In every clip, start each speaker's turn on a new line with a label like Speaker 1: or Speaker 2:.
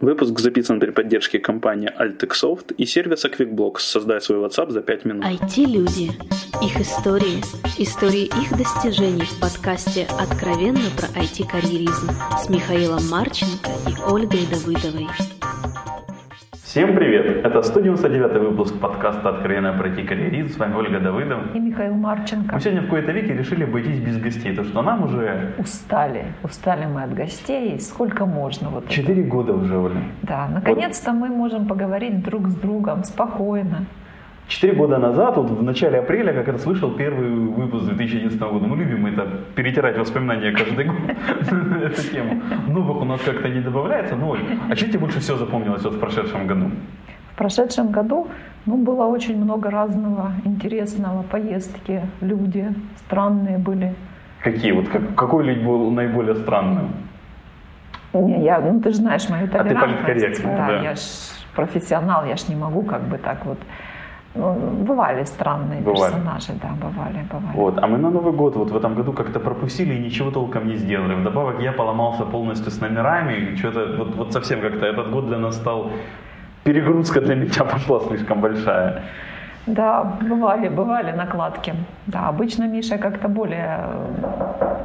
Speaker 1: Выпуск записан при поддержке компании Altexsoft и сервиса QuickBlocks. Создай свой WhatsApp за 5 минут.
Speaker 2: IT-люди, их истории, истории их достижений в подкасте «Откровенно про IT-карьеризм» с Михаилом Марченко и Ольгой Давыдовой.
Speaker 1: Всем привет! Это 199 выпуск подкаста «Откровенно про IT-карьеризм». С вами Ольга Давыдов.
Speaker 3: и Михаил Марченко.
Speaker 1: Мы сегодня в какой-то веке решили обойтись без гостей, потому что нам уже
Speaker 3: Устали. Устали мы от гостей. И Сколько можно вот это.
Speaker 1: 4 года уже, Оля.
Speaker 3: Да, наконец-то мы можем поговорить друг с другом спокойно.
Speaker 1: Четыре года назад, вот в начале апреля, как раз вышел первый выпуск 2011 года. Мы любим это, перетирать воспоминания каждый год, эту тему. Новых у нас как-то не добавляется, но, Оль, а что тебе больше всего запомнилось вот в прошедшем году?
Speaker 3: В прошедшем году ну, было очень много разного интересного. Поездки, люди странные были.
Speaker 1: Какие вот, как- какой людь был наиболее странным?
Speaker 3: Не, я, ну ты же знаешь мою
Speaker 1: А ты
Speaker 3: толерантность.
Speaker 1: политкорректна, да.
Speaker 3: я ж профессионал, я ж не могу как бы так вот. Ну, бывали странные
Speaker 1: Бывали.
Speaker 3: персонажи, да, бывали, бывали.
Speaker 1: Вот, а мы на Новый год вот в этом году как-то пропустили и ничего толком не сделали. Вдобавок я поломался полностью с номерами, и что-то вот, вот совсем как-то этот год для нас стал... Перегрузка для меня пошла слишком большая.
Speaker 3: Да, бывали, бывали накладки. Да, обычно Миша как-то более э,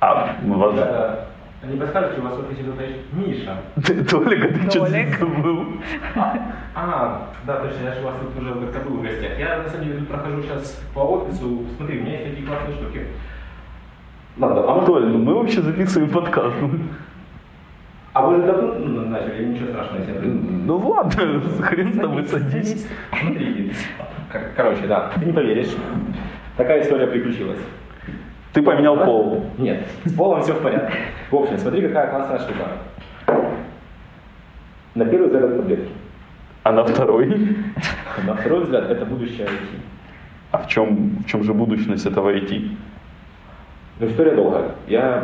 Speaker 1: А, ну, вас-
Speaker 4: Ребята, не подскажете, у вас в офисе кто-то есть? Миша.
Speaker 1: Ты, Толик, а ты что здесь
Speaker 3: Толик.
Speaker 1: забыл?
Speaker 4: А, да, точно, я же у вас тут уже как-то был в гостях. Я, на самом деле, тут прохожу сейчас по офису. Смотри, у меня есть такие классные штуки. Ладно, а может,
Speaker 1: Толь, ну мы вообще записываем подкаст. Ну,
Speaker 4: а вы же давно ну, начали, ничего страшного, если я приду.
Speaker 1: Ну ладно, хрен с тобой
Speaker 3: Садись,
Speaker 1: садись.
Speaker 4: Смотри, кор- короче, да, ты не поверишь. Такая история приключилась.
Speaker 1: Ты поменял пол.
Speaker 4: Нет, с полом все в порядке. В общем, смотри, какая классная штука. На первый взгляд это таблетки.
Speaker 1: А на второй?
Speaker 4: На второй взгляд это будущее IT.
Speaker 1: А в чем, в чем же будущность этого IT?
Speaker 4: Ну, история долгая. Я...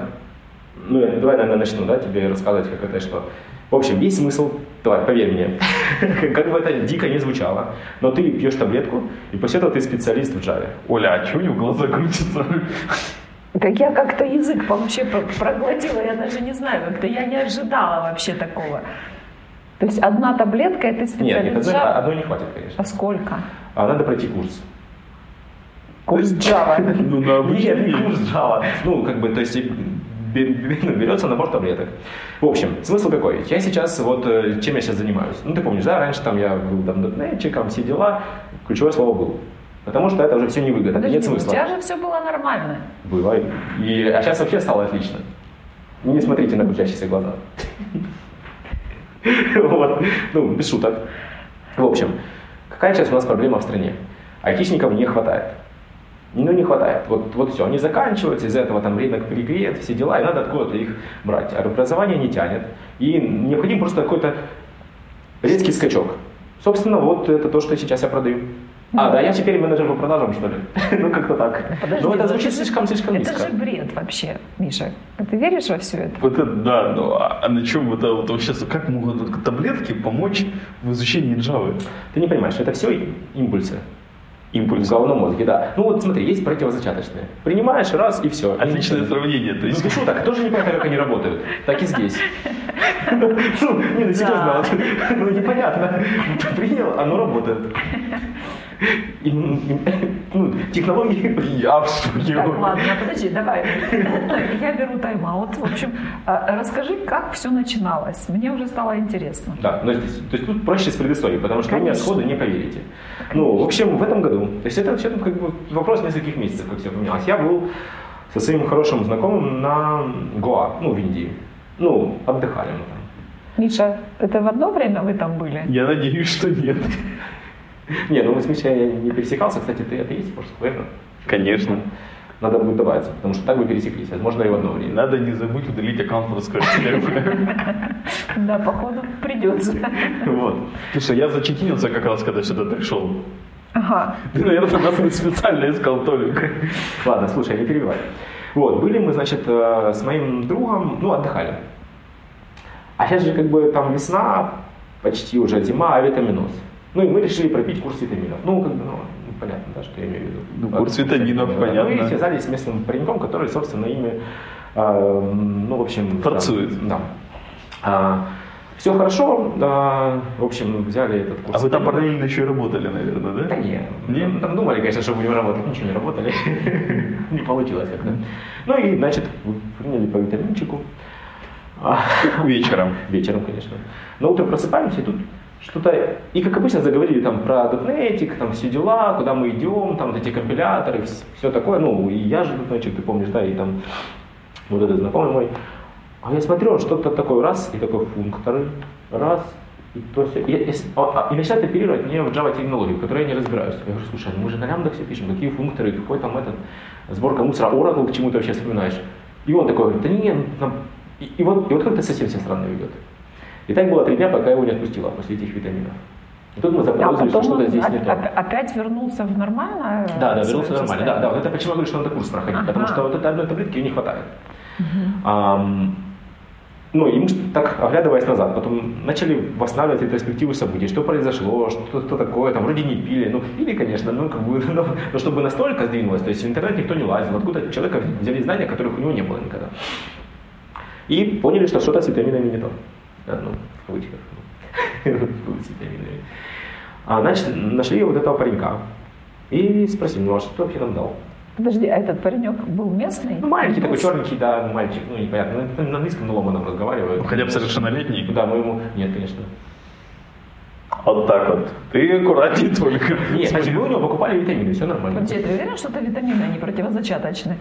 Speaker 4: Ну, я- давай, наверное, начну, да, тебе рассказывать, как это и что. В общем, есть смысл, давай, поверь мне, как бы это дико не звучало, но ты пьешь таблетку, и после этого ты специалист в Java.
Speaker 1: Оля, а чё у него глаза крутятся?
Speaker 3: Так я как-то язык вообще про- проглотила, я даже не знаю, как-то я не ожидала вообще такого. То есть одна таблетка, и ты
Speaker 4: Нет, нет,
Speaker 3: специалист
Speaker 4: одной,
Speaker 3: Java?
Speaker 4: одной не хватит, конечно.
Speaker 3: А сколько?
Speaker 4: А надо пройти курс.
Speaker 3: Курс Java.
Speaker 1: Ну, на
Speaker 4: Нет, не
Speaker 1: обычный.
Speaker 4: курс Java. Ну, как бы, то есть бе- бе- ну, берется набор таблеток. В общем, смысл какой? Я сейчас, вот, э, чем я сейчас занимаюсь? Ну, ты помнишь, да, раньше там я был там дотнетчиком, все дела, ключевое слово был. Потому что это уже все невыгодно,
Speaker 3: Подожди,
Speaker 4: нет
Speaker 3: ну, у
Speaker 4: смысла.
Speaker 3: тебя же все было нормально.
Speaker 4: Было. И, а сейчас вообще стало отлично. Ну, Не смотрите на крутящиеся глаза. Вот. Ну, без шуток. В общем, какая сейчас у нас проблема в стране? Айтишников не хватает. Ну, не хватает. Вот, вот все, они заканчиваются, из-за этого там рынок перегреет, все дела, и надо откуда-то их брать. А образование не тянет. И необходим просто какой-то резкий скачок. Собственно, вот это то, что сейчас я продаю. А, да, я теперь менеджер по продажам, что ли? Ну, как-то так.
Speaker 3: Подожди,
Speaker 4: Ну, это
Speaker 3: ну,
Speaker 4: звучит
Speaker 3: же-
Speaker 4: слишком-слишком
Speaker 3: Это
Speaker 4: низко.
Speaker 3: же бред вообще, Миша. А Ты веришь во все это?
Speaker 1: Вот это да, ну а а на чем это вот вообще, как могут таблетки помочь в изучении Java?
Speaker 4: Ты не понимаешь, это все импульсы. В
Speaker 1: Импульс.
Speaker 4: головном мозге, да. Ну вот смотри, есть противозачаточные. Принимаешь раз и все.
Speaker 1: Отличное сравнение, то
Speaker 4: Ну,
Speaker 1: есть
Speaker 4: без шуток, тоже непонятно, как они работают. Так и здесь. Ну, не, ну серьезно, вот, ну непонятно. Принял, оно работает. И, ну, технологии...
Speaker 1: я в шоке.
Speaker 3: Так, ладно, а подожди, давай. Я беру тайм-аут. В общем, а, расскажи, как все начиналось. Мне уже стало интересно.
Speaker 4: Да, ну, то, есть, то есть тут проще с предысторией, потому что вы мне
Speaker 3: Конечно.
Speaker 4: сходу не поверите. Ну, в общем, в этом году, то есть это все как бы вопрос нескольких месяцев, как все поменялось. Я был со своим хорошим знакомым на Гоа, ну, в Индии. Ну, отдыхали мы там.
Speaker 3: Миша, это в одно время вы там были?
Speaker 1: Я надеюсь, что нет.
Speaker 4: Не, ну, с Мишей я не пересекался, кстати, ты атеист, может, верно?
Speaker 1: Конечно.
Speaker 4: Надо будет добавиться, потому что так вы пересеклись, возможно, и в одно время.
Speaker 1: Надо не забыть удалить аккаунт Роскосмоса.
Speaker 3: Да, походу придется.
Speaker 1: Вот. Слушай, я зачекинился как раз, когда сюда пришел.
Speaker 3: Ага.
Speaker 1: Ты, наверное, нас не специально искал Толик.
Speaker 4: Ладно, слушай, не перебивай. Вот, были мы, значит, э, с моим другом, ну, отдыхали. А сейчас же как бы там весна, почти уже зима, а витаминоз. Ну и мы решили пропить курс витаминов. Ну, как бы, ну, ну, понятно, да, что я имею в виду.
Speaker 1: Ну, курс витаминов,
Speaker 4: да. Ну
Speaker 1: понятно.
Speaker 4: и связались с местным пареньком, который, собственно, ими, э, ну, в общем...
Speaker 1: Форцует.
Speaker 4: Да. да. А, Все хорошо, да, в общем, взяли этот курс.
Speaker 1: А вы там параллельно еще и работали, наверное, да?
Speaker 4: Да не,
Speaker 1: Не?
Speaker 4: ну, там думали, конечно, что будем работать, ничего не работали. Не получилось как-то. Ну и, значит, приняли по витаминчику. А,
Speaker 1: Вечером.
Speaker 4: Вечером, конечно. На утро просыпаемся, и тут что-то... И, как обычно, заговорили там про дотнетик, там все дела, куда мы идем, там вот эти компиляторы, все такое. Ну, и я же дотнетчик, ты помнишь, да, и там вот этот знакомый мой. А я смотрю, он что-то такой раз, и такой функторы, раз, и то все. И, и, с- а- а- и начинает оперировать мне в Java терминологии, в которой я не разбираюсь. Я говорю, слушай, ну мы же на лямбдах все пишем, какие функторы, какой там этот, сборка мусора, Oracle, к чему ты вообще вспоминаешь. И он такой говорит, да не, ну, там... И, и вот, и вот как-то совсем себя странно ведет. И так было три дня, пока его не отпустила после этих витаминов. И тут мы
Speaker 3: А
Speaker 4: заподозрили, что
Speaker 3: потом
Speaker 4: что-то
Speaker 3: он
Speaker 4: здесь не
Speaker 3: оп-
Speaker 4: то.
Speaker 3: оп- опять вернулся в нормальное
Speaker 4: Да, да,
Speaker 3: свое
Speaker 4: вернулся нормально. Да,
Speaker 3: состояние?
Speaker 4: да, вот это почему я говорю, что надо курс проходить, потому
Speaker 3: Ага.
Speaker 4: что вот этой одной таблетки её не хватает. Ам, ну, и мы ж так, оглядываясь назад, потом начали восстанавливать ретроспективу событий, что произошло, что, что такое, там вроде не пили, ну, пили, конечно, ну, как бы, но, но чтобы настолько сдвинулось, то есть в интернет никто не лазил, откуда человека взяли знания, которых у него не было никогда. И поняли, что что-то с витаминами не то. Да, ну, в кавычках. ну, С витаминами. А, значит, нашли вот этого паренька. И спросили, ну а что ты вообще нам дал?
Speaker 3: Подожди, а этот паренек был местный?
Speaker 4: Ну, маленький такой, черненький, да, мальчик, ну, непонятно, на, на английском, на ломаном разговаривает.
Speaker 1: Ну, Хотя бы совершеннолетний.
Speaker 4: Да, мы ему... Нет, конечно.
Speaker 1: Вот так вот. Ты аккуратнее только.
Speaker 4: Нет, значит, мы у него покупали витамины, все нормально.
Speaker 3: Вообще, ты уверен, что это витамины, а не противозачаточные?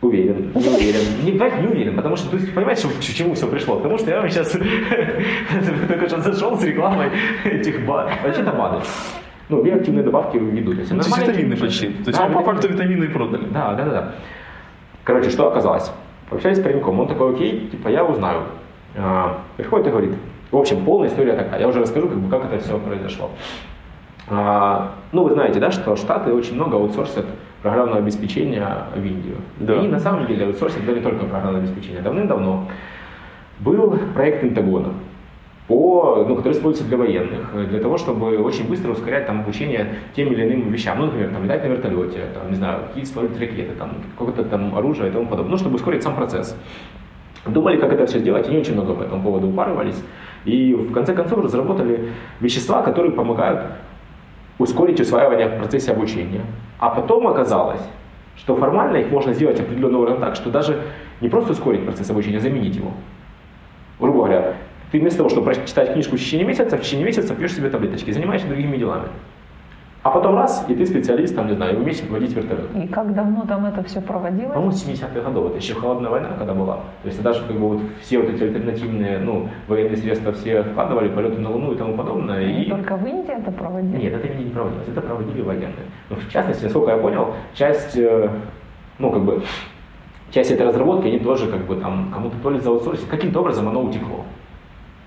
Speaker 4: Уверен, не уверен. Не, блядь, не уверен, потому что ты понимаешь, что- к чему все пришло? Потому что я вам сейчас только что зашел с рекламой этих ба... Вообще-то БАДы. Ну, биоактивные добавки ведут.
Speaker 1: Ну, то есть витамины почти. То есть вам по факту витамины и продали.
Speaker 4: Да, да, да, да. Короче, что оказалось? Пообщались с пареньком, он такой, окей, типа, я узнаю. А, Приходит и говорит, в общем, полная история такая, я уже расскажу, как бы, как это все произошло. А, ну, вы знаете, да, что Штаты очень много аутсорсят программного обеспечения в Индию.
Speaker 1: Да.
Speaker 4: И на самом деле аутсорсят да, не только программное обеспечение. Давным-давно был проект Пентагона, по, ну, который используется для военных, э, для того, чтобы очень быстро ускорять там обучение тем или иным вещам. Ну, например, там, летать на вертолете, там, не знаю, какие строить ракеты, там, какое-то там оружие и тому подобное, ну, чтобы ускорить сам процесс. Думали, как это все сделать, и не очень много по этому поводу упарывались. И в конце концов разработали вещества, которые помогают ускорить усваивание в процессе обучения. А потом оказалось, что формально их можно сделать определенным образом так, что даже не просто ускорить процесс обучения, а заменить его. Грубо говоря, ты вместо того, чтобы прочитать книжку в течение месяца, в течение месяца пьешь себе таблеточки, занимаешься другими делами. А потом раз, и ты специалист, там, не знаю, и умеешь водить вертолет.
Speaker 3: И как давно там это все проводилось?
Speaker 4: По-моему, с 70-х годов, это еще холодная война, когда была. То есть тогда же как бы вот все вот эти альтернативные, ну, военные средства все вкладывали, полеты на Луну и тому подобное.
Speaker 3: Не
Speaker 4: И...
Speaker 3: только в Индии это проводили?
Speaker 4: Нет, это не проводилось, это проводили военные. Ну, в частности, насколько я понял, часть, э, ну, как бы, часть этой разработки, они тоже, как бы, там, кому-то то ли заутсорсили, каким-то образом оно утекло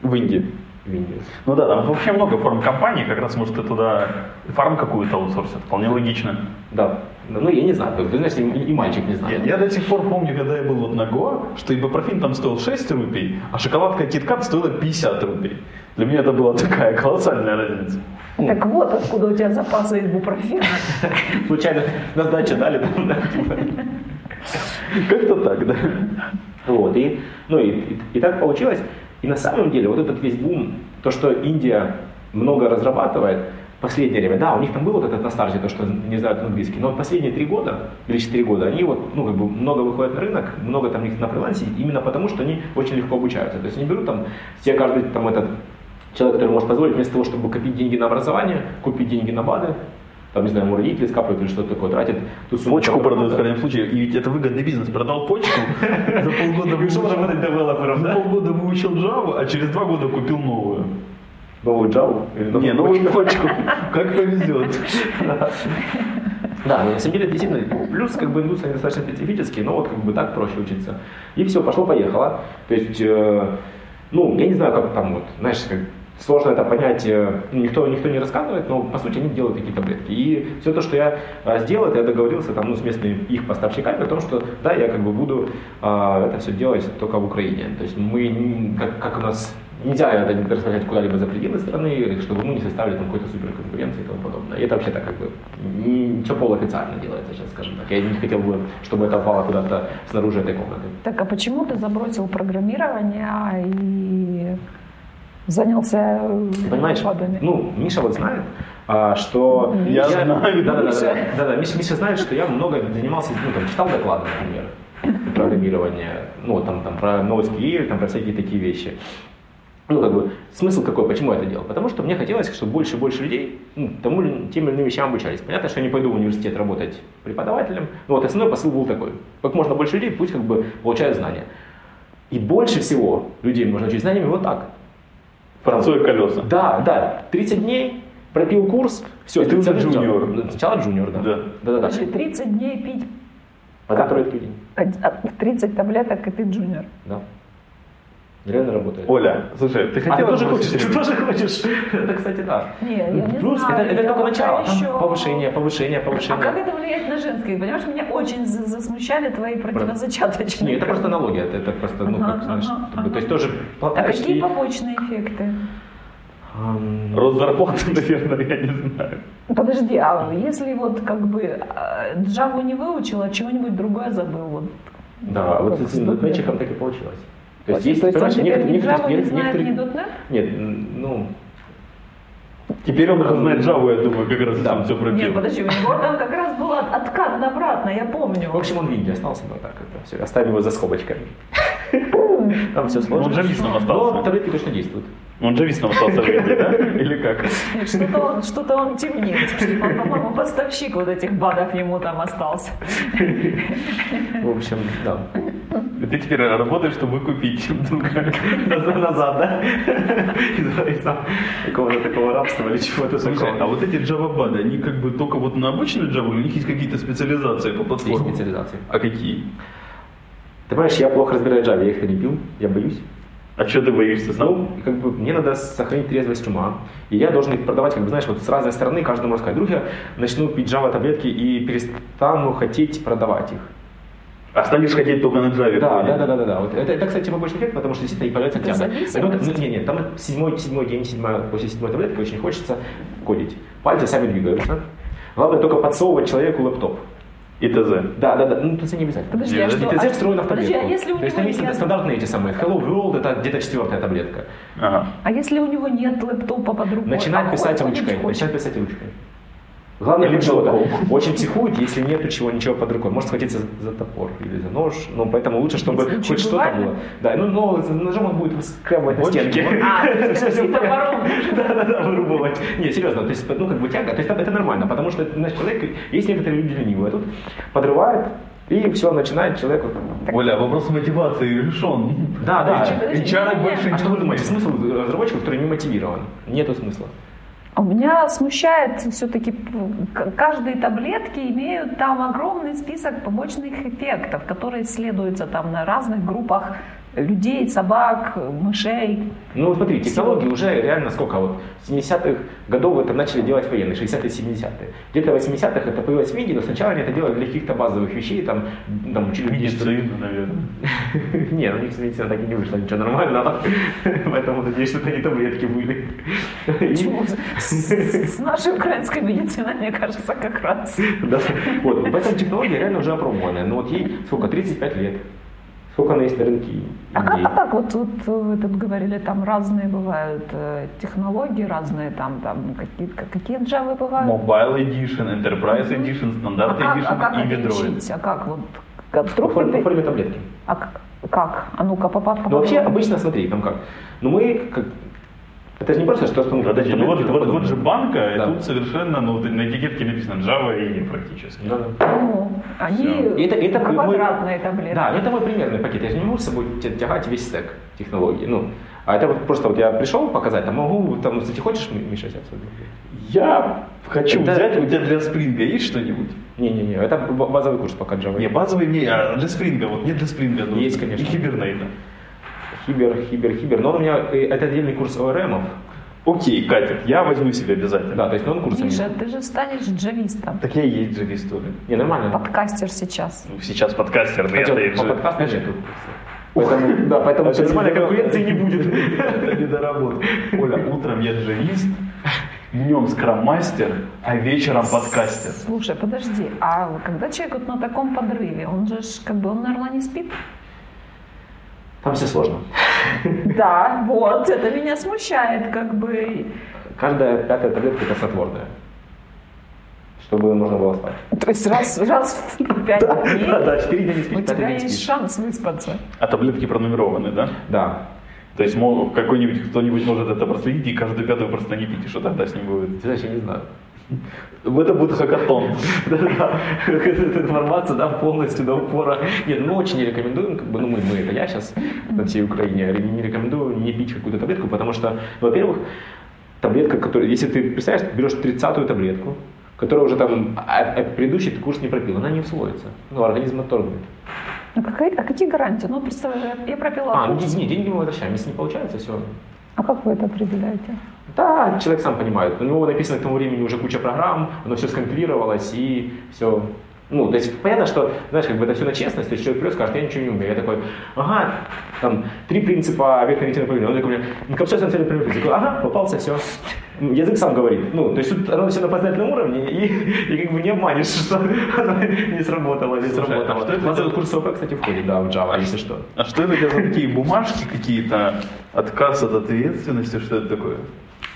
Speaker 1: В Индии.
Speaker 4: в Индию.
Speaker 1: Ну да, там вообще много фармкомпаний, как раз может ты туда фарм какую-то аутсорсят, вполне логично.
Speaker 4: Да. Ну, я не знаю, как бы, знаешь, и, и мальчик не
Speaker 1: Я,
Speaker 4: знает.
Speaker 1: я до сих пор помню, когда я был вот на Гоа, что ибупрофен там стоил 6 рупий, а шоколадка KitKat стоила 50 рупий. Для меня это была такая колоссальная разница.
Speaker 3: Так вот, откуда у тебя запасы ибупрофена.
Speaker 4: Случайно на сдаче дали, там, да, типа.
Speaker 1: Как-то так, да.
Speaker 4: Вот, и, ну, и, и, и так получилось. И на самом деле вот этот весь бум, то, что Индия много разрабатывает, в последнее время, да, у них там был вот этот на старте, то, что не знают английский, но последние три года, или четыре года, они вот, ну, как бы много выходят на рынок, много там них на фрилансе, именно потому, что они очень легко обучаются. То есть они берут там, все каждый там этот человек, который может позволить, вместо того, чтобы копить деньги на образование, купить деньги на БАДы, там, не знаю, ему родители скапывают или что-то такое, тратит. ту сумму,
Speaker 1: Почку
Speaker 4: которую
Speaker 1: продают Ну, в
Speaker 4: надо.
Speaker 1: крайнем случае, и ведь это выгодный бизнес. Продал почку, за полгода
Speaker 4: И ушел
Speaker 1: выучил-
Speaker 4: работать девелопером,
Speaker 1: за
Speaker 4: да?
Speaker 1: полгода выучил Java, а через два года купил новую.
Speaker 4: Новую Java? Или
Speaker 1: Не,
Speaker 4: новую
Speaker 1: новую почку. Как повезет.
Speaker 4: Да, ну, на самом деле, действительно, плюс как бы индусы они достаточно специфические, но вот как бы так проще учиться. И все, пошло-поехало. То есть, э, ну, я не знаю, как там вот, знаешь, как сложно это понять, э, никто, никто не рассказывает, но по сути они делают такие таблетки. И все то, что я э, сделал, это я договорился там, ну, с местными их поставщиками о том, что да, я как бы буду э, это все делать только в Украине. То есть мы, не- как, как у нас Нельзя это распространять куда-либо за пределы страны, чтобы мы не составили там какой-то суперконкуренции и тому подобное. И это вообще так как бы ничего полуофициально делается сейчас, скажем так. Я не хотел бы, чтобы это упало куда-то снаружи этой комнаты.
Speaker 3: Так а почему ты забросил программирование а, и занялся э,
Speaker 4: Понимаешь?
Speaker 3: отпадами.
Speaker 4: Ну, Миша вот знает, а, что...
Speaker 1: Я знаю,
Speaker 4: Да, да, да,
Speaker 3: Миша.
Speaker 4: да, да, да, Миша, Миша знает, что я много занимался, ну, там, читал доклады, например, про программирование, ну, там, там, про новости игры, там, про всякие такие вещи. Ну, как бы, смысл какой, почему я это делал? Потому что мне хотелось, чтобы больше и больше людей ну, тому, или- тем или иным вещам обучались. Понятно, что я не пойду в университет работать преподавателем, но вот основной посыл был такой. Как можно больше людей пусть как бы получают знания. И больше всего людей можно учить знаниями вот так.
Speaker 1: Француя колеса.
Speaker 4: Да, да, 30 дней, пропил курс, все,
Speaker 1: И ты уже джуниор.
Speaker 4: Ну, Сначала джуниор, да.
Speaker 1: Да.
Speaker 4: да, да.
Speaker 3: Подожди, 30 дней пить
Speaker 4: Потом трое день.
Speaker 3: од- од- 30 таблеток, и ты джуниор.
Speaker 4: Да. Реально работает.
Speaker 1: Оля, слушай, ты
Speaker 4: а ты
Speaker 1: хотела...
Speaker 4: тоже
Speaker 1: бросить
Speaker 4: хочешь, ты
Speaker 1: ребенка?
Speaker 4: тоже хочешь. Это, кстати, да.
Speaker 3: Не, я не
Speaker 4: Плюс
Speaker 3: знаю,
Speaker 4: это, это
Speaker 3: я
Speaker 4: только
Speaker 3: пока
Speaker 4: начало. Там
Speaker 3: еще-
Speaker 4: Повышение, повышение,
Speaker 3: А
Speaker 4: повышение.
Speaker 3: как это влияет на женские? Понимаешь, меня очень за- засмущали твои противозачаточные.
Speaker 4: Нет, это просто аналогия, это, это просто, ну,
Speaker 3: Ага,
Speaker 4: как, знаешь,
Speaker 3: ага,
Speaker 4: как бы, то есть тоже
Speaker 3: А
Speaker 4: платаешь
Speaker 3: какие
Speaker 4: и-
Speaker 3: побочные эффекты?
Speaker 4: Ам,
Speaker 1: Рост зарплаты, наверное, я не знаю.
Speaker 3: Подожди, а если вот как бы э, Джаву не выучил, а чего-нибудь другое забыл? Вот.
Speaker 4: Да, вот
Speaker 3: Как
Speaker 4: с этим датчиком
Speaker 3: студент.
Speaker 4: так и получилось. То
Speaker 3: Вот,
Speaker 4: есть, есть,
Speaker 3: он
Speaker 4: понимаешь,
Speaker 3: теперь
Speaker 4: некоторые-
Speaker 3: ни Java не
Speaker 4: некоторые-
Speaker 3: знает, ни
Speaker 4: некоторые-
Speaker 3: .NET?
Speaker 4: Нет, м, ну,
Speaker 1: Теперь он уже знает Java, я думаю, как раз там все
Speaker 3: Нет,
Speaker 1: пробил.
Speaker 3: подожди, у него там как раз был от- откат обратно, я помню.
Speaker 4: В общем, он в Индии остался, но так это все. Оставим его за скобочками. Там все сложно.
Speaker 1: Он джавистом
Speaker 4: Но
Speaker 1: остался.
Speaker 4: таблетки точно действуют.
Speaker 1: Он джавистом остался в Индии, да? Или как?
Speaker 3: Нет, Что-то он, что-то он темнеет. Он, по-моему, поставщик вот этих бадов ему там остался.
Speaker 4: В общем, да.
Speaker 1: И Ты теперь работаешь, чтобы купить друга.
Speaker 4: Назад, назад, да? Из- из там Какого-то такого рабства или чего-то
Speaker 1: Слушай, а
Speaker 4: такого.
Speaker 1: вот эти Java-бады, они как бы только вот на обычную Java, или у них есть какие-то специализации по
Speaker 4: Есть
Speaker 1: платформе?
Speaker 4: специализации.
Speaker 1: А какие?
Speaker 4: Ты понимаешь, я плохо разбираюсь в Java, я их перебил, я боюсь.
Speaker 1: А что ты боишься
Speaker 4: Ну,
Speaker 1: сам?
Speaker 4: как бы мне надо сохранить трезвость ума, и я должен их продавать, как бы, знаешь, вот с разной стороны каждому рассказать. Вдруг я начну пить Java таблетки и перестану хотеть продавать их.
Speaker 1: А станешь хотеть только на Java?
Speaker 4: Да,
Speaker 1: понятно.
Speaker 4: да, да, да, да, да. Вот это, это, кстати, побочный эффект, потому что действительно и появляется Ну,
Speaker 3: Это
Speaker 4: тяга.
Speaker 3: зависимость?
Speaker 4: нет, нет, там седьмой, седьмой день, седьмая, после седьмой таблетки очень хочется кодить. Пальцы сами двигаются. Главное только подсовывать человеку лэптоп.
Speaker 1: И ТЗ.
Speaker 4: Да, да, да, ну это не обязательно.
Speaker 3: Подожди,
Speaker 1: Нет,
Speaker 3: а
Speaker 1: это
Speaker 3: что?
Speaker 4: Ты
Speaker 3: а-
Speaker 4: встроена в таблетку.
Speaker 3: Подожди, а если у
Speaker 4: То есть
Speaker 3: него
Speaker 4: там есть
Speaker 3: нет-
Speaker 4: стандартные эти самые Hello World, это где-то четвертая таблетка.
Speaker 1: Ага.
Speaker 3: а если у него нет лэптопа под рукой?
Speaker 4: Начинает
Speaker 3: а
Speaker 4: писать
Speaker 3: хочет,
Speaker 4: ручкой.
Speaker 3: не хочет?
Speaker 4: Начинает писать ручкой. Главное,
Speaker 1: Или
Speaker 4: быть желтым.
Speaker 1: молоко.
Speaker 4: Очень психует, если нету чего, ничего под рукой. Может схватиться за- за топор или за нож. Ну, поэтому лучше, чтобы
Speaker 3: случаи
Speaker 4: хоть что-то
Speaker 3: бывали.
Speaker 4: было. Да, ну, но с ножом он будет скребывать на
Speaker 1: Больше
Speaker 4: стенке.
Speaker 1: не
Speaker 3: А, то есть с топором.
Speaker 4: Да-да-да, вырубывать. Не, серьезно, то есть, ну, как бы тяга, то есть это это нормально, потому что, значит, человек, есть некоторые люди ленивые, а тут подрывает, и все, начинает человек вот
Speaker 1: Оля, вопрос мотивации решен.
Speaker 4: Да, да.
Speaker 3: Подожди,
Speaker 1: HR
Speaker 3: подожди,
Speaker 1: больше
Speaker 4: А
Speaker 1: не
Speaker 4: что вы думаете,
Speaker 1: нужны.
Speaker 4: смысл разработчика, который не мотивирован? Нету смысла.
Speaker 3: А Меня смущает все-таки, каждые таблетки имеют там огромный список побочных эффектов, которые исследуются там на разных группах людей, собак, мышей.
Speaker 4: Ну, вот смотри,
Speaker 3: Всего.
Speaker 4: технологии уже реально сколько, вот, 70-х годов это начали делать военные, 60-е, 70-е. Где-то в 80-х это появилось в Индии, но сначала они это делали для каких-то базовых вещей, там, там учили людей, что-
Speaker 1: Медицина, наверное.
Speaker 4: Не, ну, у них с медициной так и не вышло ничего нормального, поэтому надеюсь, что это не таблетки были.
Speaker 3: Почему? С, с нашей украинской медициной, мне кажется, как раз.
Speaker 4: Да. Вот, поэтому технология реально уже опробованная, но вот ей сколько, 35 лет. Сколько она есть на рынке
Speaker 3: А, как-
Speaker 4: Индии?
Speaker 3: а так вот, вот э, вы тут говорили, там разные бывают э, технологии, разные там, там какие, к- какие джавы бывают.
Speaker 4: Ну,
Speaker 1: Mobile Edition, Enterprise Edition,
Speaker 3: а
Speaker 1: Standard
Speaker 3: как, а как
Speaker 1: Edition и
Speaker 3: это
Speaker 1: Ведроид.
Speaker 3: лечить? А как вот? Как,
Speaker 4: В
Speaker 3: вдруг ты
Speaker 4: форме-
Speaker 3: пе-
Speaker 4: в форме таблетки.
Speaker 3: А к- как? А ну-ка, попад,
Speaker 4: Ну вообще обычно смотри, там как. Ну мы как. Это же не просто, что ну,
Speaker 1: Подожди, ну вот,
Speaker 4: таблетки,
Speaker 1: вот,
Speaker 4: там
Speaker 1: вот же
Speaker 4: подобное.
Speaker 1: банка, и
Speaker 4: Да.
Speaker 1: тут совершенно, ну, вот на этикетке написано Java и практически.
Speaker 4: Да, да.
Speaker 3: Ну, они
Speaker 4: И это- это мой-
Speaker 3: квадратные таблетки.
Speaker 4: Да, ну это мой примерный пакет. Я же не могу с собой тя- тягать весь стек технологий. Ну, а это вот просто вот я пришел показать, там могу, там, кстати, хочешь, Ми- Миша, сейчас?
Speaker 1: Я хочу
Speaker 4: Это-
Speaker 1: взять, у тебя для спринга есть что-нибудь?
Speaker 4: Не-не-не, это б- базовый курс пока Java.
Speaker 1: Не, базовый мне, а для спринга, вот мне для спринга нужно.
Speaker 4: Есть, конечно.
Speaker 1: И хибернейта.
Speaker 4: Хибер, хибер, хибер. Но он у меня, э, это отдельный курс ОРМов.
Speaker 1: Окей, катит, я возьму себе обязательно.
Speaker 4: Да, то есть, но он курсами.
Speaker 3: Миша, ты же станешь джавистом.
Speaker 1: Так я и есть джавист, Оля.
Speaker 4: Не, нормально.
Speaker 3: Подкастер сейчас.
Speaker 1: Ну, Сейчас подкастер, но
Speaker 4: Хотя
Speaker 1: я-то и
Speaker 4: по
Speaker 1: джи-
Speaker 4: подкасту нету. Поэтому- Да, поэтому
Speaker 1: Это
Speaker 4: всё нормально,
Speaker 1: недоработ-
Speaker 4: конкуренции не будет.
Speaker 1: Это недоработка. Оля, утром я джавист, днем скрам-мастер, а вечером подкастер.
Speaker 3: Слушай, подожди, а когда человек вот на таком подрыве, он же ж, как бы, он, наверное, не спит?
Speaker 4: Там все сложно.
Speaker 3: Да, вот, это меня смущает, как бы.
Speaker 4: Каждая пятая таблетка это снотворная. Чтобы можно было спать.
Speaker 3: То есть раз, раз в пять дней
Speaker 4: Да, да, 4 дня не
Speaker 3: у
Speaker 4: спишь, пятый
Speaker 3: тебя
Speaker 4: день
Speaker 3: есть
Speaker 4: спишь.
Speaker 3: шанс выспаться.
Speaker 1: А таблетки пронумерованы, да?
Speaker 4: Да.
Speaker 1: То есть мол, какой-нибудь кто-нибудь может это проследить и каждую пятую просто не пить, и что тогда с ним будет?
Speaker 4: Ты знаешь, я не знаю.
Speaker 1: Это будет хакатон.
Speaker 4: Да-да-да, эта информация, да, полностью до упора. Нет, ну, мы очень не рекомендуем, как бы, ну мы, мы, это я сейчас на всей Украине, ре- не рекомендую не пить какую-то таблетку, потому что, во-первых, таблетка, которая, если ты представляешь, ты берешь 30-ю таблетку, которая уже там а- а предыдущий ты курс не пропил, она не усвоится. Ну, организм отторгнет.
Speaker 3: Ну, какая, а какие гарантии? Ну, представляю, я пропила
Speaker 4: А, ну,
Speaker 3: курс.
Speaker 4: ди- не, деньги мы возвращаем, если не получается, все.
Speaker 3: А как вы это определяете?
Speaker 4: Да, человек сам понимает. У него написано к тому времени уже куча программ, оно все скомпилировалось и все. Ну, то есть понятно, что, знаешь, как бы это все на честность, то есть человек придет и скажет, я ничего не умею. Я такой, ага, там, три принципа ветно-ретельного поведения. Он такой, мне, ну, капсуляция цели Я такой, ага, попался, все. Язык сам говорит. Ну, то есть тут оно все на познательном уровне, и, и как бы не обманешь, что оно не сработало, не
Speaker 1: Слушай, а
Speaker 4: сработало.
Speaker 1: что это
Speaker 4: У нас
Speaker 1: за-
Speaker 4: этот курс ОП, кстати, входит, да, в Java, если что.
Speaker 1: А что это у тебя за такие бумажки какие-то? Отказ от ответственности, что это такое?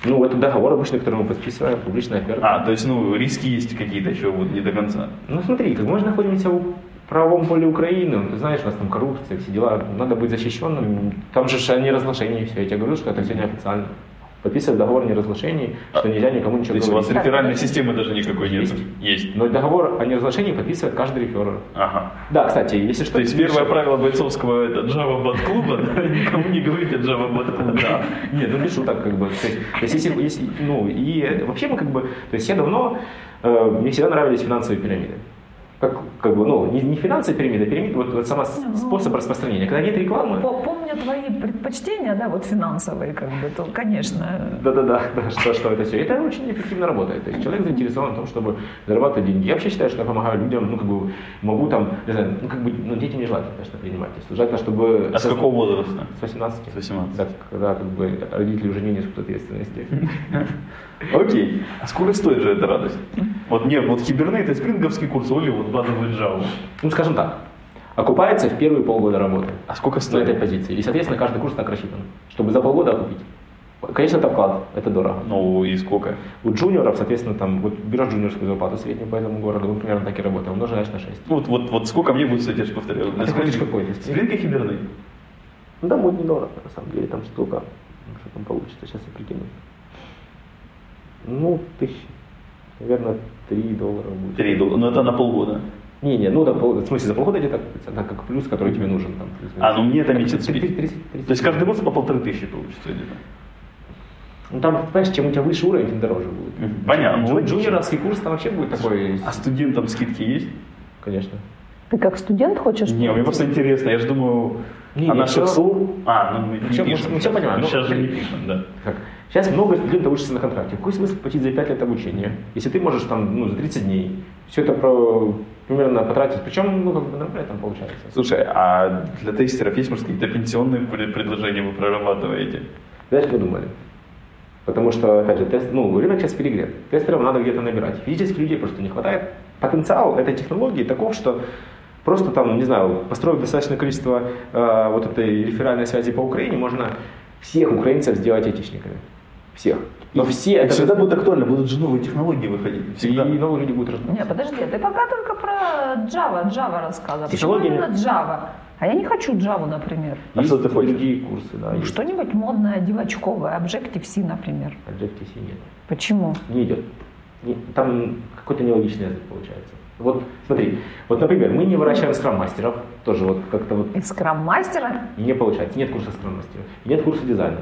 Speaker 4: Ну, это договор обычный, который мы подписываем, публичная оферта.
Speaker 1: А, то есть, ну, риски есть какие-то еще вот не до конца.
Speaker 4: Ну смотри, как мы же находимся в правовом поле Украины, ну, ты знаешь, у нас там коррупция, все дела, надо быть защищенным. Там же ж о неразглашении все, я тебе говорю, что это все неофициально. Подписывать договор о неразглашении, что нельзя никому
Speaker 1: То
Speaker 4: ничего
Speaker 1: есть у вас
Speaker 4: говорить.
Speaker 1: реферальной системы даже никакой нет?
Speaker 4: Есть.
Speaker 1: Есть. Ну,
Speaker 4: Но договор о неразглашении подписывает каждый реферер.
Speaker 1: Ага.
Speaker 4: Да, кстати, если что...
Speaker 1: То есть
Speaker 4: ты
Speaker 1: первое
Speaker 4: пишешь-
Speaker 1: правило бойцовского это Java Bot клуба, да, никому не говорите Java Bot клуб.
Speaker 4: Да. Нет, ну без шуток, как бы. То есть, то есть, если, если- ну, и э, вообще мы как бы, то есть я давно, э, мне всегда нравились финансовые пирамиды. Как, как бы, ну, не, не финансовые пирамиды, а пирамиды, вот, вот сама с-
Speaker 3: Ну.
Speaker 4: способ распространения. Когда нет рекламы,
Speaker 3: По- Помня твои предпочтения, да, вот финансовые, как бы, то, конечно,
Speaker 4: Да-да-да, да, что, что это все. Это очень эффективно работает. То есть человек заинтересован в том, чтобы зарабатывать деньги. Я вообще считаю, что я помогаю людям, ну, как бы, могу там, не знаю, ну, как бы, ну, детям не желательно, конечно, принимать. То есть желательно, чтобы...
Speaker 1: А с какого возраста?
Speaker 4: С 18.
Speaker 1: С 18.
Speaker 4: Да, когда, как бы, родители уже не несут ответственности.
Speaker 1: Окей. А сколько стоит же эта радость? Вот нет, вот Hibernate и спринговский курс, Оли, вот базовый Java.
Speaker 4: Ну, скажем так, окупается в первые полгода работы.
Speaker 1: А сколько
Speaker 4: на этой
Speaker 1: стоит?
Speaker 4: позиции. И, соответственно, каждый курс так рассчитан, чтобы за полгода окупить. Конечно, это вклад, это дорого.
Speaker 1: Ну и сколько?
Speaker 4: У джуниоров, соответственно, там, вот берешь джуниорскую зарплату среднюю по этому городу, ну, примерно так и работаем, умножаешь на 6.
Speaker 1: Ну, Вот, вот, вот сколько мне будет стоить, я же повторяю.
Speaker 4: А ты хочешь какой здесь?
Speaker 1: Спринг и Hibernate.
Speaker 4: Ну, да, будет недорого, на самом деле, там штука. Ну, Что там получится, сейчас я прикину. Ну, тысячи. Наверное, 3 доллара будет.
Speaker 1: Три доллара. Но это на полгода.
Speaker 4: Не-не, ну, да, пол- в смысле, за полгода где-то купится, да, как плюс, который тебе нужен. Там, плюс,
Speaker 1: А, ну мне это месяц
Speaker 4: Три- три-
Speaker 1: пить.
Speaker 4: тридцать- тридцать.
Speaker 1: То есть каждый год по полторы тысячи получится где-то.
Speaker 4: Ну, там, понимаешь, чем у тебя выше уровень, тем дороже будет.
Speaker 1: Мгм. Понятно.
Speaker 4: Джу- Джуниоровский курс там вообще будет такой,
Speaker 1: А студентам скидки есть?
Speaker 4: конечно.
Speaker 3: ты как студент хочешь?
Speaker 1: Не, мне просто интересно, я же думаю,
Speaker 4: Не,
Speaker 1: а
Speaker 4: не,
Speaker 1: наших
Speaker 4: всё-
Speaker 1: СУ... А, ну мы не
Speaker 4: Всё,
Speaker 1: пишем.
Speaker 4: мы всё понимаем, ну,
Speaker 1: Сейчас же
Speaker 4: ты-
Speaker 1: не пишем, да.
Speaker 4: Как? Сейчас много студентов учатся на контракте. Какой смысл платить за 5 лет обучения, если ты можешь там, ну, за 30 дней все это про, примерно потратить? Причем, ну, как бы нормально там получается.
Speaker 1: Слушай, а для тестеров есть, может, какие-то пенсионные пре- предложения вы прорабатываете?
Speaker 4: Знаешь, мы думали. Потому что, опять же, тест, ну, рынок сейчас перегрет. Тестеров надо где-то набирать. Физических людей просто не хватает. Потенциал этой технологии таков, что просто там, ну, не знаю, построив достаточное количество э, вот этой реферальной связи по Украине, можно всех украинцев сделать айтишниками. Всех. Но все... это же-
Speaker 1: будет актуально, будут же новые технологии выходить. Всегда.
Speaker 4: И новые люди будут
Speaker 3: Не,
Speaker 4: разбираться.
Speaker 3: подожди, ты пока только про Java, Java рассказывал. Почему
Speaker 4: Технология-
Speaker 3: именно Java? А я не хочу Java, например.
Speaker 1: А что ты
Speaker 4: Есть
Speaker 1: хочешь?
Speaker 4: Другие курсы, да.
Speaker 3: Ну,
Speaker 4: есть.
Speaker 3: Что-нибудь модное, девочковое, Objective-C, например.
Speaker 4: Objective-C нет.
Speaker 3: Почему?
Speaker 4: не идет. Не- Там какой-то нелогичный язык получается. Вот смотри, вот, например, мы не выращиваем скрам-мастеров, тоже вот как-то вот
Speaker 3: И скрам-мастера?
Speaker 4: не получается, нет курса скрам-мастеров, нет курса дизайна.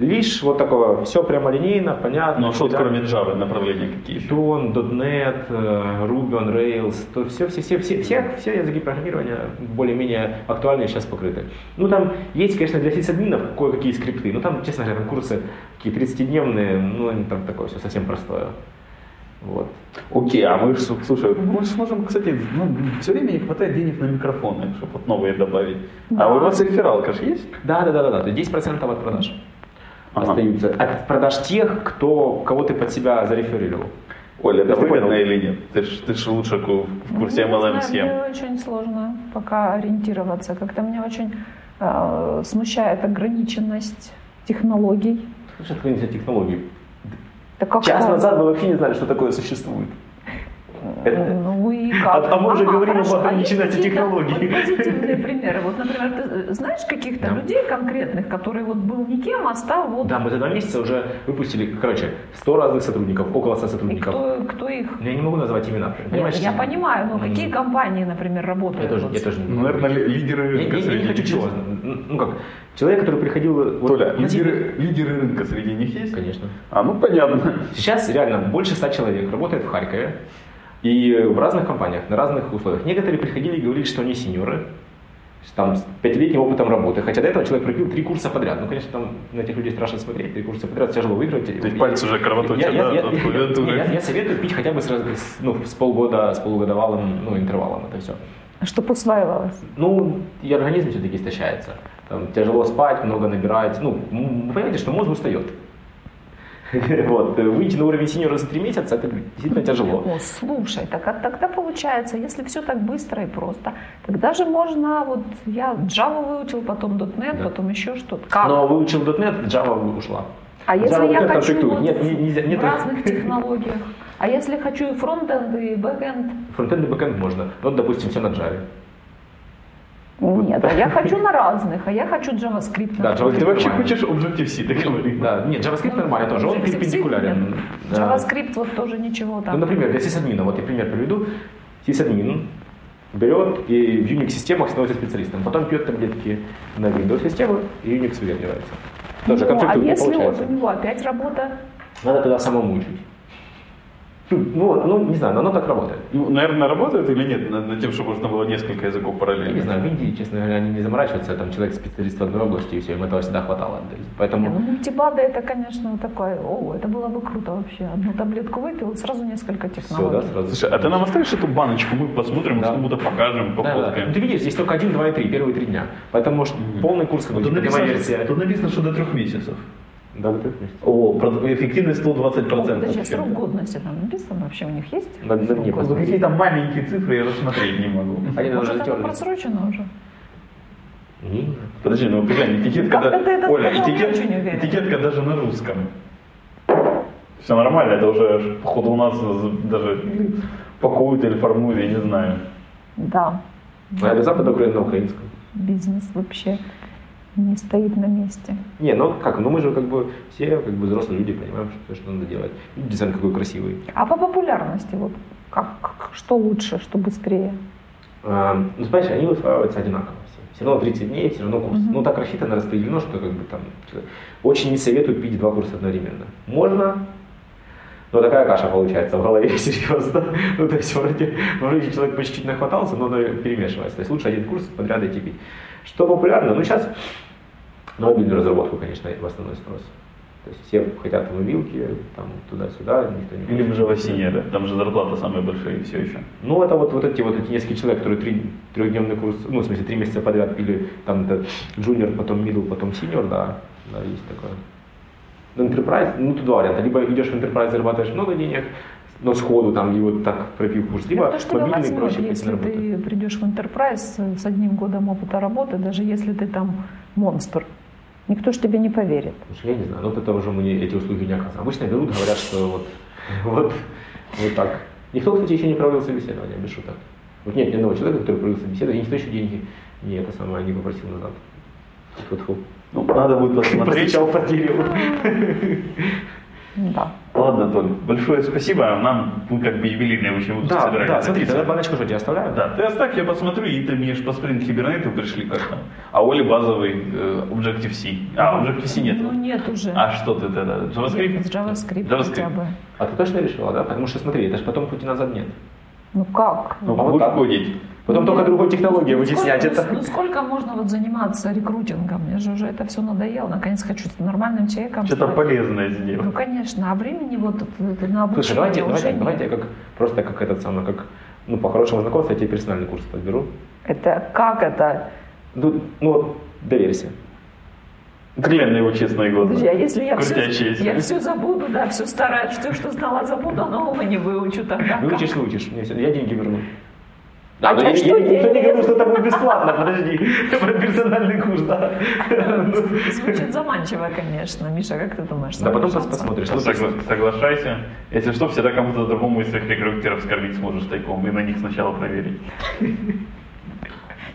Speaker 4: Лишь вот такого, все прямолинейно, понятно.
Speaker 1: Ну а что, вот
Speaker 4: всегда.
Speaker 1: кроме Java, направления какие еще?
Speaker 4: Python, .NET, э, Ruby on Rails, то все, все, все, все, все, все языки программирования более-менее актуальные сейчас покрыты. Ну там есть, конечно, для сисадминов кое-какие скрипты, но там, честно говоря, там курсы такие 30-дневные, ну они там такое все совсем простое. Вот.
Speaker 1: Окей, а мы, ж, слушай, мы же можем, кстати, ну, все время не хватает денег на микрофоны, чтобы вот новые добавить.
Speaker 3: Да.
Speaker 1: А у вас рефералка же есть?
Speaker 4: Да, да, да, да, да. То есть 10% от продаж
Speaker 1: Ага.
Speaker 4: остаются. От продаж тех, кто, кого ты под себя зареферировал.
Speaker 1: Оля, это
Speaker 4: Ты понял?
Speaker 1: выгодно или нет? Ты ж, ты ж лучше ку- в курсе
Speaker 3: Ну, не знаю,
Speaker 1: MLM схем.
Speaker 3: Мне очень сложно пока ориентироваться. Как-то мне очень э, смущает ограниченность технологий.
Speaker 4: Слушай, откуда технологии?
Speaker 3: Да как
Speaker 4: Час
Speaker 3: так?
Speaker 4: назад мы вообще не знали, что такое существует. Это-
Speaker 3: Ну и как?
Speaker 4: А- а мы уже говорим об
Speaker 3: хорошо. А есть
Speaker 4: ограниченности
Speaker 3: какие-то
Speaker 4: технологий.
Speaker 3: Позитивные примеры. Вот, например, ты знаешь каких-то
Speaker 4: Да.
Speaker 3: людей конкретных, который вот был никем, а стал вот...
Speaker 4: Ну Да, мы за два месяца уже выпустили, короче, 100 разных сотрудников, около 100
Speaker 3: И
Speaker 4: сотрудников.
Speaker 3: кто, кто их?
Speaker 4: Я не могу назвать имена.
Speaker 3: Нет,
Speaker 4: понимаешь?
Speaker 3: я понимаю, но какие
Speaker 4: М.
Speaker 3: компании, например, работают?
Speaker 4: Я тоже,
Speaker 3: вот
Speaker 4: я тоже не
Speaker 1: Ну,
Speaker 4: могу.
Speaker 1: наверное, ли-
Speaker 4: Я-
Speaker 1: лидеры
Speaker 4: я-
Speaker 1: рынка
Speaker 4: я не
Speaker 1: среди
Speaker 4: хочу
Speaker 1: них
Speaker 4: чего.
Speaker 1: есть?
Speaker 4: Ну как, человек, который приходил... э, вот
Speaker 1: Толя,
Speaker 4: на себе-
Speaker 1: лидеры, лидеры рынка среди них есть?
Speaker 4: Конечно.
Speaker 1: А, ну понятно.
Speaker 4: Сейчас реально больше 100 человек работает в Харькове и в разных компаниях, на разных условиях. Некоторые приходили и говорили, что они сеньоры, с- там, с пятилетним опытом работы. Хотя до этого человек пропил три курса подряд. Ну, конечно, там на этих людей страшно смотреть, три курса подряд тяжело выиграть.
Speaker 1: То есть пальцы уже
Speaker 4: Я-
Speaker 1: кровоточат,
Speaker 4: я-
Speaker 1: да,
Speaker 4: я-
Speaker 1: от
Speaker 4: я-
Speaker 1: клавиатуры.
Speaker 4: я- я советую пить хотя бы сразу с, ну, с полгода, с полугодовалым ну, интервалом это все.
Speaker 3: Чтоб усваивалось.
Speaker 4: Ну, и организм все-таки истощается. Там тяжело спать, много набирать. Ну, м, вы понимаете, что мозг устает. Вот, э, выйти на уровень синьора за три месяца, это действительно тяжело.
Speaker 3: О, слушай, так а тогда получается, если все так быстро и просто, тогда же можно, вот я Java выучил, потом .NET,
Speaker 4: Да.
Speaker 3: потом еще что-то. Как?
Speaker 4: Но выучил .NET, Java ушла.
Speaker 3: А если
Speaker 4: Java
Speaker 3: я
Speaker 4: .NET
Speaker 3: хочу
Speaker 4: конфликтует.
Speaker 3: вот
Speaker 4: Нет, не- нельзя- нет.
Speaker 3: в разных технологиях? А если хочу и фронтенд, и бэкенд?
Speaker 4: Фронтенд и бэкенд можно. Вот, допустим, все на Java.
Speaker 3: Нет, а я хочу на разных, а я хочу JavaScript.
Speaker 4: Да,
Speaker 3: например.
Speaker 1: А Ты вообще
Speaker 4: Нормально.
Speaker 1: хочешь Objective-C, ты говоришь?
Speaker 4: Да, нет, JavaScript нормально тоже, он
Speaker 3: JavaScript
Speaker 4: перпендикулярен.
Speaker 3: нет.
Speaker 4: Да.
Speaker 3: JavaScript вот тоже ничего
Speaker 4: Ну,
Speaker 3: там.
Speaker 4: например, для сисадмина, вот я пример приведу. Сисадмин берет и в Unix-системах становится специалистом. Потом пьет таблетки на Windows-систему, и Unix выгибается. Тоже
Speaker 3: Ну, а
Speaker 4: конфликтует, не
Speaker 3: если вот
Speaker 4: получается.
Speaker 3: у него опять работа?
Speaker 4: Надо тогда самому учить. Ну, ну, вот, ну, не знаю, но оно так работает.
Speaker 1: Ну, наверное, работают или нет над, над тем, чтобы можно было несколько языков
Speaker 4: Я
Speaker 1: параллельно?
Speaker 4: не знаю, в Индии, честно говоря, они не заморачиваются, там человек специалист в одной области, и все, им этого всегда хватало. То есть,
Speaker 3: Не, ну
Speaker 4: Поэтому
Speaker 3: мультибады это, конечно, такое, о, это было бы круто вообще. Одну таблетку выпил, сразу несколько
Speaker 4: все, да,
Speaker 3: технологий.
Speaker 4: сразу.
Speaker 1: Слушай, а ты нам оставишь эту баночку, мы посмотрим,
Speaker 4: Да.
Speaker 1: кому-то покажем,
Speaker 4: Да, да, да.
Speaker 1: пофоткаем.
Speaker 4: Ну, Ты видишь, здесь только 1, 2 и 3, первые три дня. Поэтому что
Speaker 1: Мгм. А
Speaker 4: полный курс как бы, типа, демоверсия.
Speaker 1: Ну, что до трех месяцев.
Speaker 4: Да, вот это есть.
Speaker 1: О, эффективность
Speaker 3: О,
Speaker 1: 120%.
Speaker 3: подожди, а срок годности там написано вообще у них есть?
Speaker 4: Да, да,
Speaker 3: Срок
Speaker 4: не,
Speaker 3: годности?
Speaker 4: Ну,
Speaker 1: какие там маленькие цифры я рассмотреть не могу.
Speaker 4: Они даже
Speaker 3: Может, оно
Speaker 4: затерлись.
Speaker 3: просрочено уже?
Speaker 4: Не, не.
Speaker 1: Подожди, ну глянь, этикетка...
Speaker 3: Как-то ты
Speaker 1: да-
Speaker 3: это
Speaker 1: Оля,
Speaker 3: сказала, я очень
Speaker 1: этикет-
Speaker 3: уверена.
Speaker 1: этикетка даже на русском. Все нормально, это уже, походу, у нас даже пакуют или формуют, я не знаю.
Speaker 3: Да,
Speaker 4: А до Запада Украина на украинском.
Speaker 3: бизнес вообще не стоит на месте.
Speaker 4: Не, ну как, ну мы же как бы все как бы взрослые люди понимаем, что, что надо делать. И дизайн какой красивый.
Speaker 3: А по популярности вот как, как- что лучше, что быстрее?
Speaker 4: А, ну, понимаешь, они усваиваются одинаково все. Все равно 30 дней, все равно курс.
Speaker 3: Мгм.
Speaker 4: Ну, так рассчитано, распределено, что как бы там что- очень не советую пить два курса одновременно. Можно, но такая каша получается в голове, серьезно. Ну, то есть, вроде, вроде человек по чуть-чуть нахватался, но оно перемешивается. То есть, лучше один курс подряд идти пить. Что популярно? Ну, сейчас на мобильную разработку, конечно, в основной спрос. То есть, все хотят мобилки, там, туда-сюда, никто не
Speaker 1: Или
Speaker 4: хочет.
Speaker 1: в Живосине, да, там же зарплата самая большая и все еще.
Speaker 4: Ну, это вот, вот эти вот эти несколько человек, которые три, трехдневный курс, ну, в смысле, три месяца подряд пили, там, это junior, потом middle, потом senior, да, да, есть такое. Ну, Enterprise, ну, тут два варианта. Либо идешь в Enterprise, зарабатываешь много денег, но сходу там его так пропил курс, либо
Speaker 3: кто ж тебя
Speaker 4: мобильный
Speaker 3: возьмет,
Speaker 4: проще пойти на
Speaker 3: если
Speaker 4: работу.
Speaker 3: ты придешь в Enterprise с одним годом опыта работы, даже если ты там монстр? Никто ж тебе не поверит.
Speaker 4: Слушай, я не знаю, ну, это уже мне эти услуги не оказывают. Обычно берут, говорят, что вот, вот, вот так. Никто, кстати, еще не провел собеседование, без шуток. Вот нет ни одного человека, который провел собеседование, и никто еще деньги не это самое не попросил назад. Тьфу-тьфу.
Speaker 1: Ну, надо будет посмотреть.
Speaker 4: Постучал по дереву.
Speaker 3: Да.
Speaker 1: Ладно, Толь, большое спасибо. Нам, мы как бы юбилейный очень выпуск
Speaker 4: Да,
Speaker 1: собирались
Speaker 4: да, смотри,
Speaker 1: записывать.
Speaker 4: тогда баночку же я тебе оставляю.
Speaker 1: Да, ты оставь, я посмотрю, и ты мне ж по спринт кибернету пришли как-то. А Оли базовый э, Objective-C. А, Objective-C нет.
Speaker 3: Ну нет уже.
Speaker 1: А что ты тогда? JavaScript?
Speaker 3: Нет, JavaScript, хотя бы.
Speaker 4: А ты точно решила, да? Потому что смотри, это же потом пути назад нет.
Speaker 3: Ну как?
Speaker 1: Ну,
Speaker 4: А вот
Speaker 1: будешь
Speaker 4: так.
Speaker 1: ходить.
Speaker 4: Потом только другой технологии вытеснять
Speaker 3: Сколько- Ну
Speaker 4: это.
Speaker 3: сколько можно вот заниматься рекрутингом? Мне же уже это все надоело. Наконец хочу с нормальным человеком
Speaker 1: Что-то
Speaker 3: стать.
Speaker 1: полезное
Speaker 3: Ну
Speaker 1: сделать.
Speaker 3: конечно, а времени вот это на обучение
Speaker 4: Слушай, давайте,
Speaker 3: уже
Speaker 4: давайте,
Speaker 3: нет.
Speaker 4: давайте я как просто как этот самый, как ну по хорошему знакомству я тебе персональный курс подберу.
Speaker 3: Это как это?
Speaker 4: Ну, ну вот, доверься.
Speaker 1: Глянь на его честные глаза.
Speaker 3: Подожди, а если я все,
Speaker 1: Крутящиеся.
Speaker 3: я все забуду, да, все старое, все, что знала, забуду, а нового не выучу тогда. как?
Speaker 4: Выучишь, выучишь. Мне всё- я деньги верну. Да,
Speaker 3: А
Speaker 4: но
Speaker 3: чё-
Speaker 4: я-
Speaker 3: что
Speaker 4: я- никто не
Speaker 3: деньги?
Speaker 4: говорил, что это будет бесплатно, подожди. Про персональный курс, да.
Speaker 3: Звучит заманчиво, конечно. Миша, как ты думаешь?
Speaker 4: Да потом пос-
Speaker 3: соглашаться?
Speaker 4: посмотришь.
Speaker 1: Ну,
Speaker 4: Ну, то есть-
Speaker 1: согла- соглашайся. Если что, всегда кому-то другому из своих рекрутеров скормить сможешь тайком и на них сначала проверить.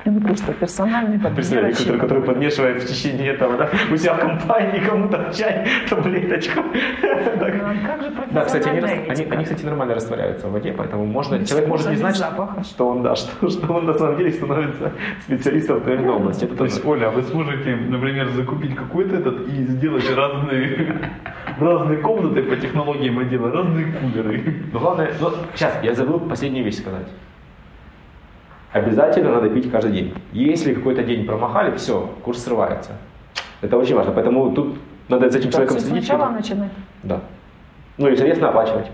Speaker 3: Ну, просто персональный
Speaker 4: Представляете,
Speaker 3: подбирочек.
Speaker 4: который, который подмешивает в течение этого, да, у себя в компании кому-то в чай таблеточку.
Speaker 3: Ну, а как же
Speaker 4: Да, кстати, они, рас-
Speaker 3: профессиональная
Speaker 4: они,
Speaker 3: этика?
Speaker 4: они, кстати, нормально растворяются в воде, поэтому можно,
Speaker 3: Без
Speaker 4: человек может не
Speaker 3: вкуса, без
Speaker 4: знать,
Speaker 3: запаха.
Speaker 4: что он, да, что, что он на самом деле становится специалистом в той области. Это
Speaker 1: То
Speaker 4: тоже-
Speaker 1: есть, Оля, а вы сможете, например, закупить какой-то этот и сделать разные, разные комнаты по технологиям отдела, разные кулеры.
Speaker 4: Но главное, ну, сейчас, я забыл последнюю вещь сказать. Обязательно надо пить каждый день. Если какой-то день промахали, все, курс срывается. Это очень важно, поэтому тут надо за этим
Speaker 3: Да,
Speaker 4: человеком
Speaker 3: всё
Speaker 4: следить.
Speaker 3: сначала начинать.
Speaker 4: Да. Ну и, соответственно, оплачивать.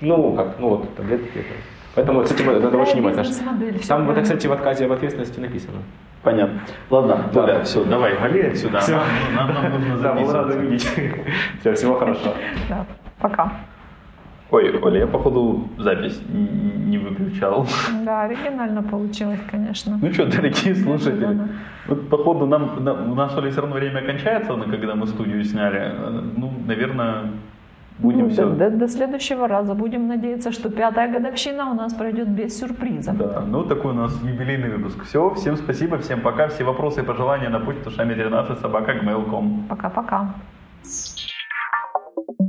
Speaker 4: Ну, как, ну вот, таблетки. это. Поэтому с этим надо
Speaker 3: Какая
Speaker 4: очень внимательно.
Speaker 3: бизнес-модель, всё
Speaker 4: Там, вот,
Speaker 3: правильно.
Speaker 4: кстати, в отказе об ответственности написано.
Speaker 1: Понятно. Ладно,
Speaker 4: Да.
Speaker 1: Оля, все, давай, вали отсюда.
Speaker 4: Всё.
Speaker 1: Нам, нам- нам нужно записываться.
Speaker 4: Все, всего хорошего.
Speaker 3: Да, пока.
Speaker 1: Ой, Оля, я походу запись н- не выключал.
Speaker 3: Да, оригинально получилось, конечно.
Speaker 1: Ну что, дорогие слушатели,
Speaker 3: Неожиданно.
Speaker 1: вот походу нам, нам- у нас Оля все равно время кончается, но когда мы студию сняли. Э, Ну, наверное, будем
Speaker 3: Ну,
Speaker 1: все.
Speaker 3: до, до- до следующего раза. Будем надеяться, что пятая годовщина у нас пройдет без сюрпризов.
Speaker 1: Да, ну такой у нас юбилейный выпуск. Все, всем спасибо, всем пока. Все вопросы и пожелания на почту шами 13 собака gmail.com.
Speaker 3: Пока-пока.